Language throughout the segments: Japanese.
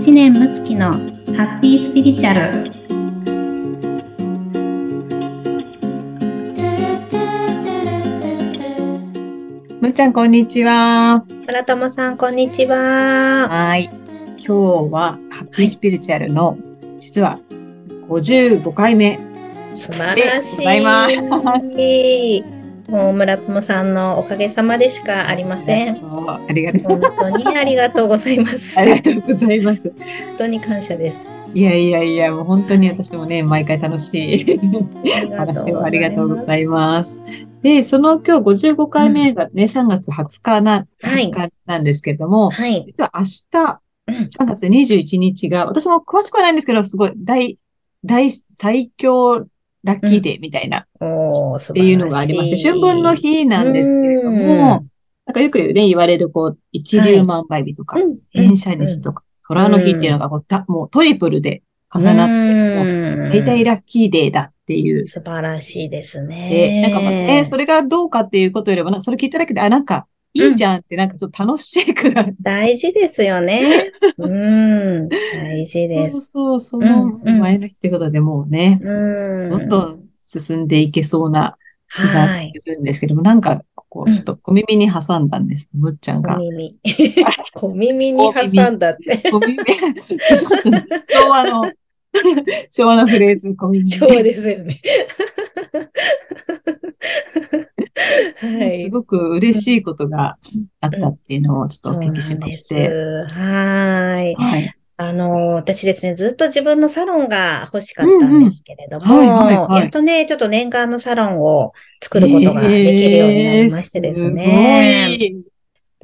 知念睦月のハッピースピリチュアルむーちゃん、こんにちは。村友さんこんにちははい。今日は、ハッピースピリチュアルの、実は、55回目。素晴らしいございますもう村友さんのおかげさまでしかありませんそうありがとう。本当にありがとうござい ますありがとうございます。本当に感謝ですいやいやいや、もう本当に私もね、毎回楽しい話をありがとうごいざいます。で、その今日55回目がね、3月20日な、はい20日なんですけども、ますはい実は明日、うん3月21日が、私も詳しくはないんですけど、すごい大、大最強ラッキーデーみたいな、っおー素晴らしいていうのがありまして、春分の日なんですけれどうも、なんかよくね、言われる、こう、一粒万倍日とか、うん転写日とか、虎の日っていうのがこうた、もうトリプルで重なって、な大体ラッキーデーだっていう。素晴らしいですで、ね。なんかまあね、それがどうかっていうことよりも、なそれ聞いただけで、あ、なんか、いいじゃんって、なんかちょっと楽しいくなって大事ですよね。うん。大事です。 そうそう、そのうんうん前の日ってことでもうね、うん。どんどん進んでいけそうな気はがいす。るんですけども、なんか、ここ、ちょっと小耳に挟んだんです、むっちゃん小が。 耳。小耳に挟んだって。小耳、ちょっと昭和の、 昭和のフレーズ、小耳に。昭和ですよね。はいす。ごく嬉しいことがあったっていうのをちょっとお聞きしましそうなんて。です。はい。はい。あの、私ですね、ずっと自分のサロンが欲しかったんですけれども、うんうんはいはいはいやっとね、ちょっと念願のサロンを作ることができるようになりましてですね。えー。すごい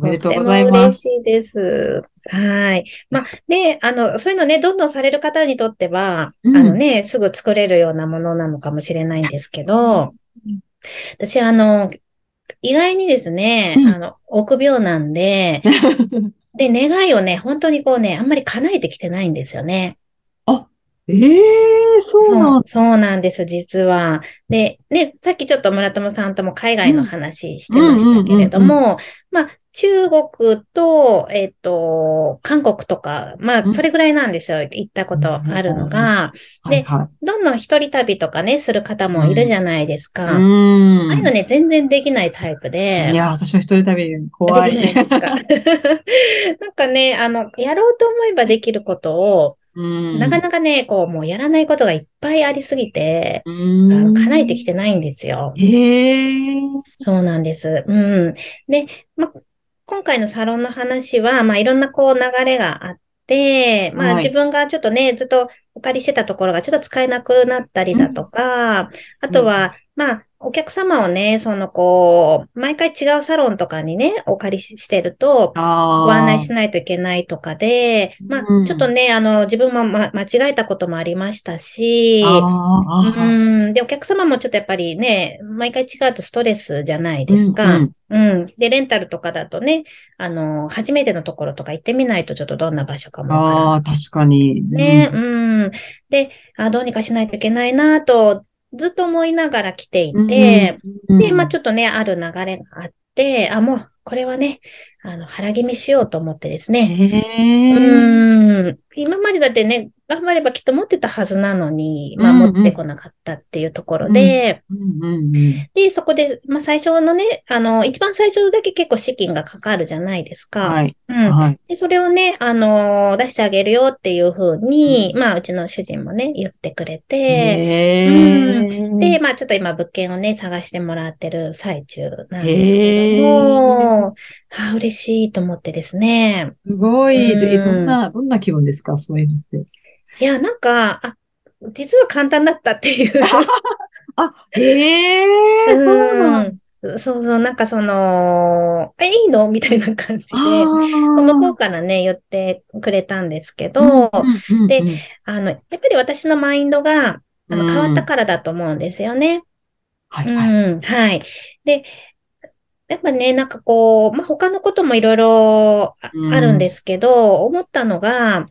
おめでとうござい ます。とっても嬉しいです。はい。まあ、で、あの、そういうのね、どんどんされる方にとっては、うんあのね、すぐ作れるようなものなのかもしれないんですけどうん、私、あの、意外にですね、うんあの、臆病なんで、で、願いをね、本当にこうね、あんまり叶えてきてないんですよね。ええー、そうなんだ。そうなんです、実は。で、ね、さっきちょっと村友さんとも海外の話してましたけれどうんも、まあ、中国と、えっと、韓国とか、まうあ、んそれぐらいなんですよ、行ったことあるのが、はいはい。どんどん一人旅とかね、する方もいるじゃないですうか。あーあいうんの。ね、全然できないタイプでい、や、私も一人旅怖い。できないですか。 なんかね、あの、やろうと思えばできることを、うんなかなかね、こう、もうやらないことがいっぱいありすぎて、うあーのん叶えてきてないんですよ。ええー。そうなんです。うん。で、ま、今回のサロンの話は、まあ、いろんなこう流れがあって、まあ、はい自分がちょっとね、ずっとお借りしてたところがちょっと使えなくなったりだとか、あとは、まあ、お客様をね、そのこう、毎回違うサロンとかにね、お借りししてると、ああ。ご案内しないといけないとかで、まあ、うんちょっとね、あの、自分も、ま、間違えたこともありましたし、ああああうん。で、お客様もちょっとやっぱりね、毎回違うとストレスじゃないですか。うんうんうんで、レンタルとかだとね、あの、初めてのところとか行ってみないとちょっとどんな場所かもわからあなあ、確かに。い。ね、うん。で、あ、どうにかしないといけないなと、ずっと思いながら来ていうん。て、うん、で、まあょちょっとね、ある流れがあって、あ、もう、これはね、あの、腹決めしようと思ってですね。ええー。うん。今までだってね、頑張ればきっと持ってたはずなのに、まあ、うん持うんってこなかったっていうところで、うんうんうん。で、そこで、まあ、最初のね、あの、一番最初だけ結構資金がかかるじゃないですか。はい。うん。はい。で、それをね、あの出してあげるよっていうふうに、まあ、うちの主人もね、言ってくれて、ええー。で、まあ、ちょっと今、物件をね、探してもらってる最中なんですけども、あ、嬉しいと思ってですね。すごい。で、うんどんな、どんな気分ですかそういうのって。いや、なんか、あ、実は簡単だったっていう。あ、ええー、そうなんうだ。んそうそう、なんかその、え、いいのみたいな感じで、向こうあからね、言ってくれたんですけあ。ど、うんで、あの、やっぱり私のマインドが、あの、うん変わったからだと思うんですよね。はういはい。ん、はい。で、やっぱね、なんかこう、まあ、他のこともいろいろあうんあるんですけど、思ったのが、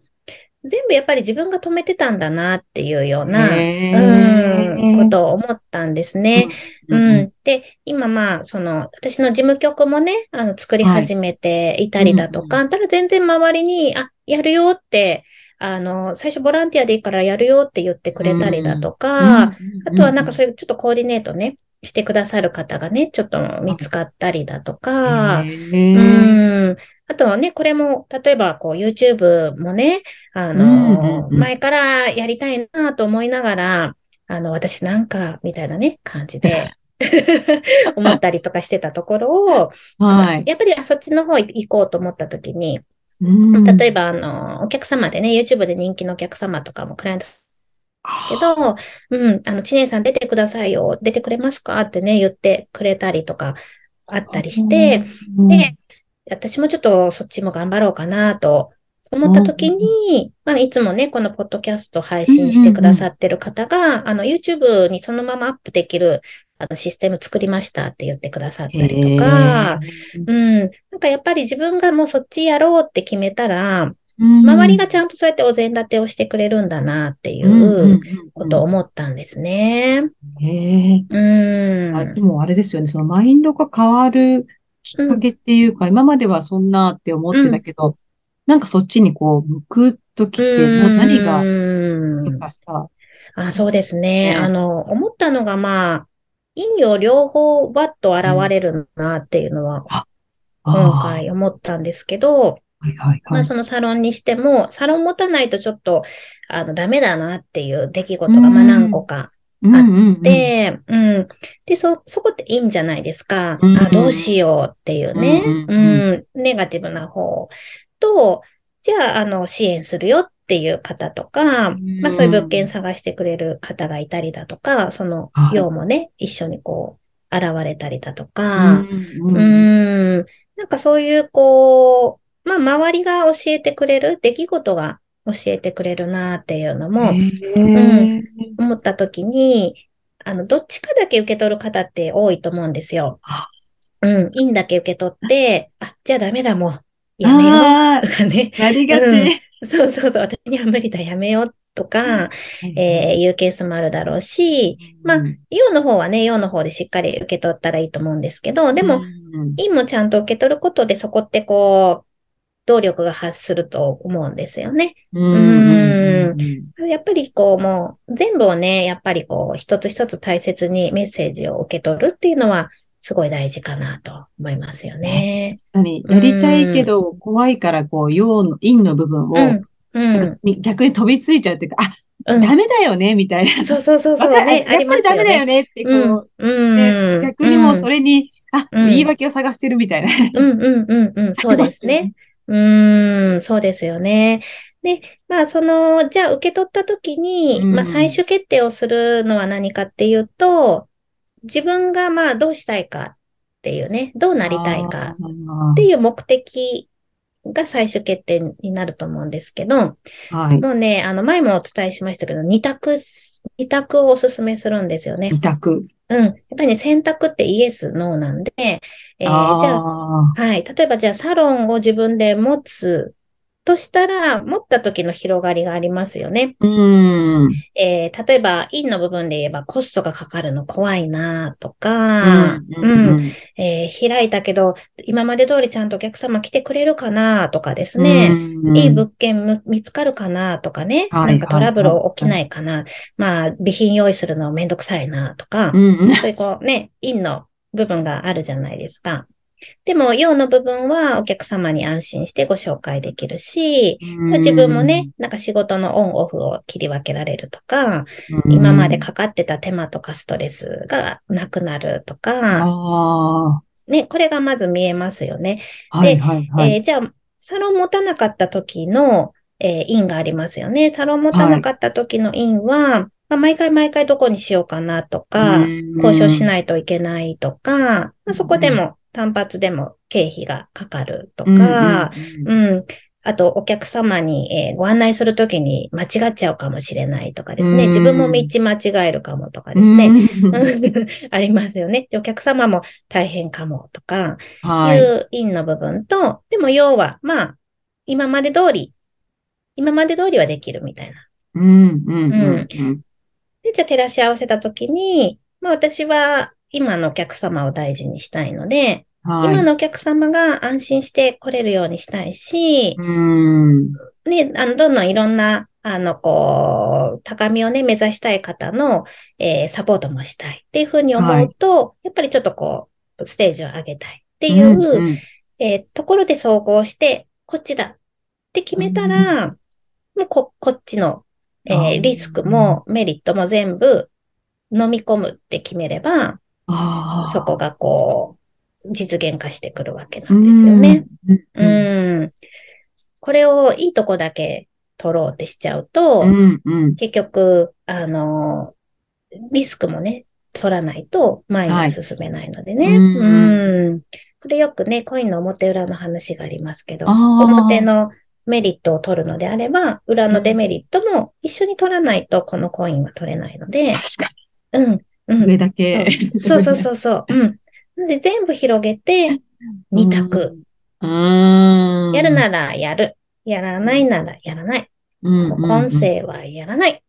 全部やっぱり自分が止めてたんだなっていうような、へーうん、ことを思ったんですね。ううんん。で、今まあ、その、私の事務局もね、あの、作り始めていたりだとか、ただ全然周りに、あ、やるよって、あの、最初ボランティアでいいからやるよって言ってくれたりだとか、あとはなんかそういうちょっとコーディネートね、してくださる方がね、ちょっと見つかったりだとか、へうーん。あとはね、これも、例えば、こう、YouTube もね、あうんうんの、うん前からやりたいなと思いながら、あの、私なんか、みたいなね、感じ で、思ったりとかしてたところを、はい。やっぱりあそっちの方行こうと思った時に、うん例えば、あの、お客様でね、YouTube で人気のお客様とかも、クライアントさんけど、うん、あの、知念さん出てくださいよ、出てくれますかってね、言ってくれたりとか、あったりして、、うんで、私もちょっとそっちも頑張ろうかなと思った時に、まあ、いつもね、このポッドキャスト配信してくださってる方が、あの、YouTube にそのままアップできる、あの、システム作りましたって言ってくださったりとか、へー、うん。なんかやっぱり自分がもうそっちやろうって決めたら、うん周りがちゃんとそうやってお膳立てをしてくれるんだなっていうんうんうんうことを思ったんですね。へーうん。あでもあれですよね、そのマインドが変わるきっかけっていうか、今まではそんなって思ってたけど、なんかそっちにこう、向くときって、もう何うが、んなんかさ、あ、そうですね。ねあの、思ったのが、まあ、陰陽両方バッと現れるなっていうのは、今あ回思ったんですけど、あ、はいはいまはあ、い。そのサロンにしても、サロン持たないとちょっと、あの、ダメだなっていう出来事が、まあ、うん何個かうんうんうん、で、うん。で、そ、そこっていいんじゃないですか。うんあ、どうしようっていうね。うんううんうんん。ネガティブな方と、じゃあ、あの、支援するよっていう方とか、んまあそういう物件探してくれる方がいたりだとか、そのはい用もね、一緒にこう、現れたりだとうんか、ううんうんん。なんかそういう、こう、まあ周りが教えてくれる、出来事が教えてくれるなっていうのも、へー思った時に、あの、どっちかだけ受け取る方って多いと思うんですよあ。うん、いいんだけ受け取って、あ、じゃあダメだもう、やめよあうとかね。ーやりがち。うんそうそうそう、私には無理だ、やめようとか、えーいうケースもあるだろうし、まあ用の方はね、用の方でしっかり受け取ったらいいと思うんですけど、でうも、ん陰もちゃんと受け取ることで、そこってこう、動力が発すると思うんですよね。うんうんうんうんやっぱりこうもう全部をね、やっぱりこう一つ一つ大切にメッセージを受け取るっていうのはすごい大事かなと思いますよね。何やりたいけど、怖いから、こう、陽の、陰の部分を、うん。うなんんか。に逆に飛びついちゃうっていうか、うあ、んダ。メだよね、みたいな。そうそうそうそう。わかね、あやっぱりダメだよねって、こうんう、うん。逆にもうそれに、あ、うん言い訳を探してるみたいな。うんうんうんうん。そうですね。。うーん、そうですよね。で、まあ、その、じゃあ受け取った時に、うんまあ、最終決定をするのは何かっていうと、自分がまあ、どうしたいかっていうね、どうなりたいかあっていう目的が最終決定になると思うんですけど、ー。はい。もうね、あの、前もお伝えしましたけど、二択す、二択をお勧めするんですよね。委託。うん。やっぱりね、選択ってイエス、ノーなんで、えーじゃあ、あはい。例えばじゃあ、サロンを自分で持つとしたら、持った時の広がりがありますよね。ー。うん。えー例えば、インの部分で言えば、コストがかかるの怖いなとか、うん。うん。えー開いたけど、今まで通りちゃんとお客様来てくれるかなとかですうね。ん。いい物件む見つかるかなとかね。はいなんかトラブル起きないかな。まあ、備品用意するのめんどくさいなとか。うん。そういうこうね、陰の部分があるじゃないですか。でも、陽の部分はお客様に安心してご紹介できるし、まあ自分もね、なんか仕事のオンオフを切り分けられるとか、うん、今までかかってた手間とかストレスがなくなるとあか、あね、これがまず見えますよね。ー。はいはいはい。えーじゃあ、サロン持たなかった時の、えー、印がありますよね。サロン持たなかった時の印は、まあ、毎回毎回どこにしようかなとか、交渉しい。ないといけないとか、まあ、そこでも単発でも経費がかかるとうんか、うんうん、あとお客様に、えーご案内するときに間違っちゃうかもしれないとかですね、うん自分も道間違えるかもとかうですんね、うん ありますよね。でお客様も大変かもとか、はいい。う因の部分と、でも要は、まあ、今まで通り、今まで通りはできるみたいな。うんうんうんうん。で、じゃあ照らし合わせたときに、まあ私は今のお客様を大事にしたいので、はい。今のお客様が安心して来れるようにしたいし、うん。ね、あの、どんどんいろんな、あの、こう、高みをね、目指したい方の、えーサポートもしたいっていうふうに思うと、やっぱりちょっとこう、ステージを上げたいっていう、うんうんえーところで総合して、こっちだって決めたら、もうこ、こっちの、えーあーリスクもメリットも全部飲み込むって決めれば、ああ。そこがこう、実現化してくるわけなんですよね。うん。うん。これをいいとこだけ取ろうってしちゃうと、うん。うん。結局、あの、リスクもね、取らないと前には進めないのでね。はいうんうんこれよくね、コインの表裏の話がありますけど、あー表のメリットを取るのであれば、裏のデメリットも一緒に取らないとこのコインは取れないので、確かうん、うに。上ん。だけ。そうそうそうそう。うん。なんで全部広げて、二択。うん。うん。やるならやる。やらないならやらない。うん、うん。もうう今。ん 世はやらない。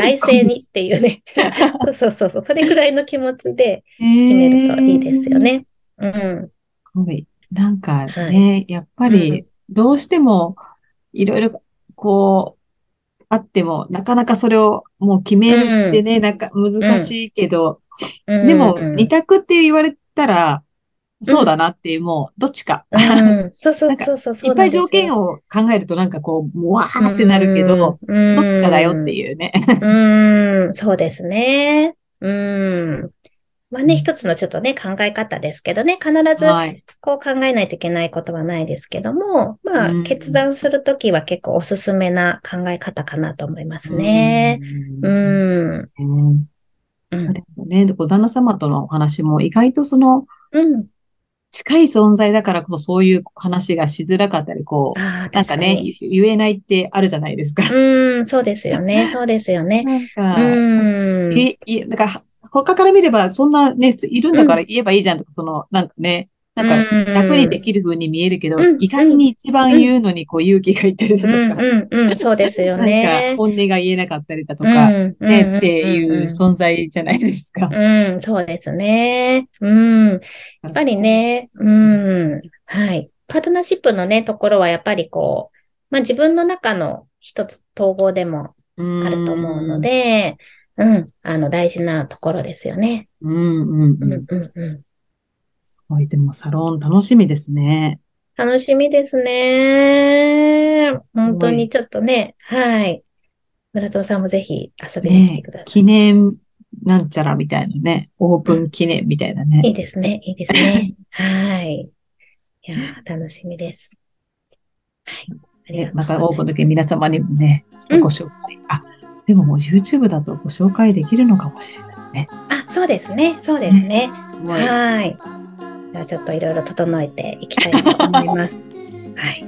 来世世にっていう ね。そうそうそうそう。それぐらいの気持ちで決決めるといいですよ。ね。うん。はいなんかはね、やっぱり、どうしても、いろいろ、こう、あっても、なかなかそれをもう決めるってね、なんか難しいけど、うんでも、うん二択って言われたら、そうだなって、もう、どっちか。うんそうそなうんかそうそうそう。いっぱい条件を考えるとなんかこう、もわーってなるけど、うん、どっちかだよっていいうね。うん。うん、そうですね。うん。まあね、一つのちょっとね、考え方ですけどね、必ず はい。こう考えないといけないことはないですけども、まあうん、決断するときは結構おすすめな考え方かなと思いますね。ううんん。うんうん。ね、こう旦那様とのお話も意外とその、うん。近い存在だからこそそういう話がしづらかったり、こう、ああ、なん確かかね、に。言言えないってあるじゃないですか。うーん、そうですよね。そうですよね。なんうか、ーん。え、いなんか、他から見れば、そんなね、いるんだから言えばいいじゃんとか、その、なんかね、なんか、か楽にできる風に見えるけど、うん意外に一番言うのにこう勇気がいったりだとうんか、うんうん、そうですよなんかね。本音が言えなかったりだとうんか、うんうんうんね、っていう存在じゃないですか。やっうん、そうですね。うん。やっぱり。ね、うん。はい。パートナーシップのね、ところはやっぱりこう、まあ自分の中の一つ統合でもああると思うの。で、うん、あの、大事なところですよね。うんうんうんうん。うんうん。すごい、でもサロン楽しみですね。楽しみですね。本当すごいにちょっとね、はい。村戸さんもぜひ遊びに来てねください。記念なんちゃらみたいなね。オープン記念みたいないね。いですね、いいです ね。はい。いやー、楽しみです。はい。ありがねとうまございたますオープンの時皆様にもね、ご紹介。あ、でももう YouTube だとご紹介できるのかもしれないね。あ、そうですね、そうですね。はいはい。じゃあちょっといろいろ整えていきたいと思い ます。はい。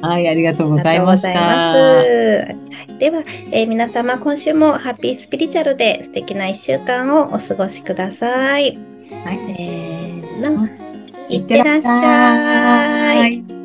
はい、ありがとうありがとうございました。ございますはいでは、えー皆様今週もハッピースピリチュアルで素敵な一週間をお過ごしください。はいえー、な、いってらっしゃい。い。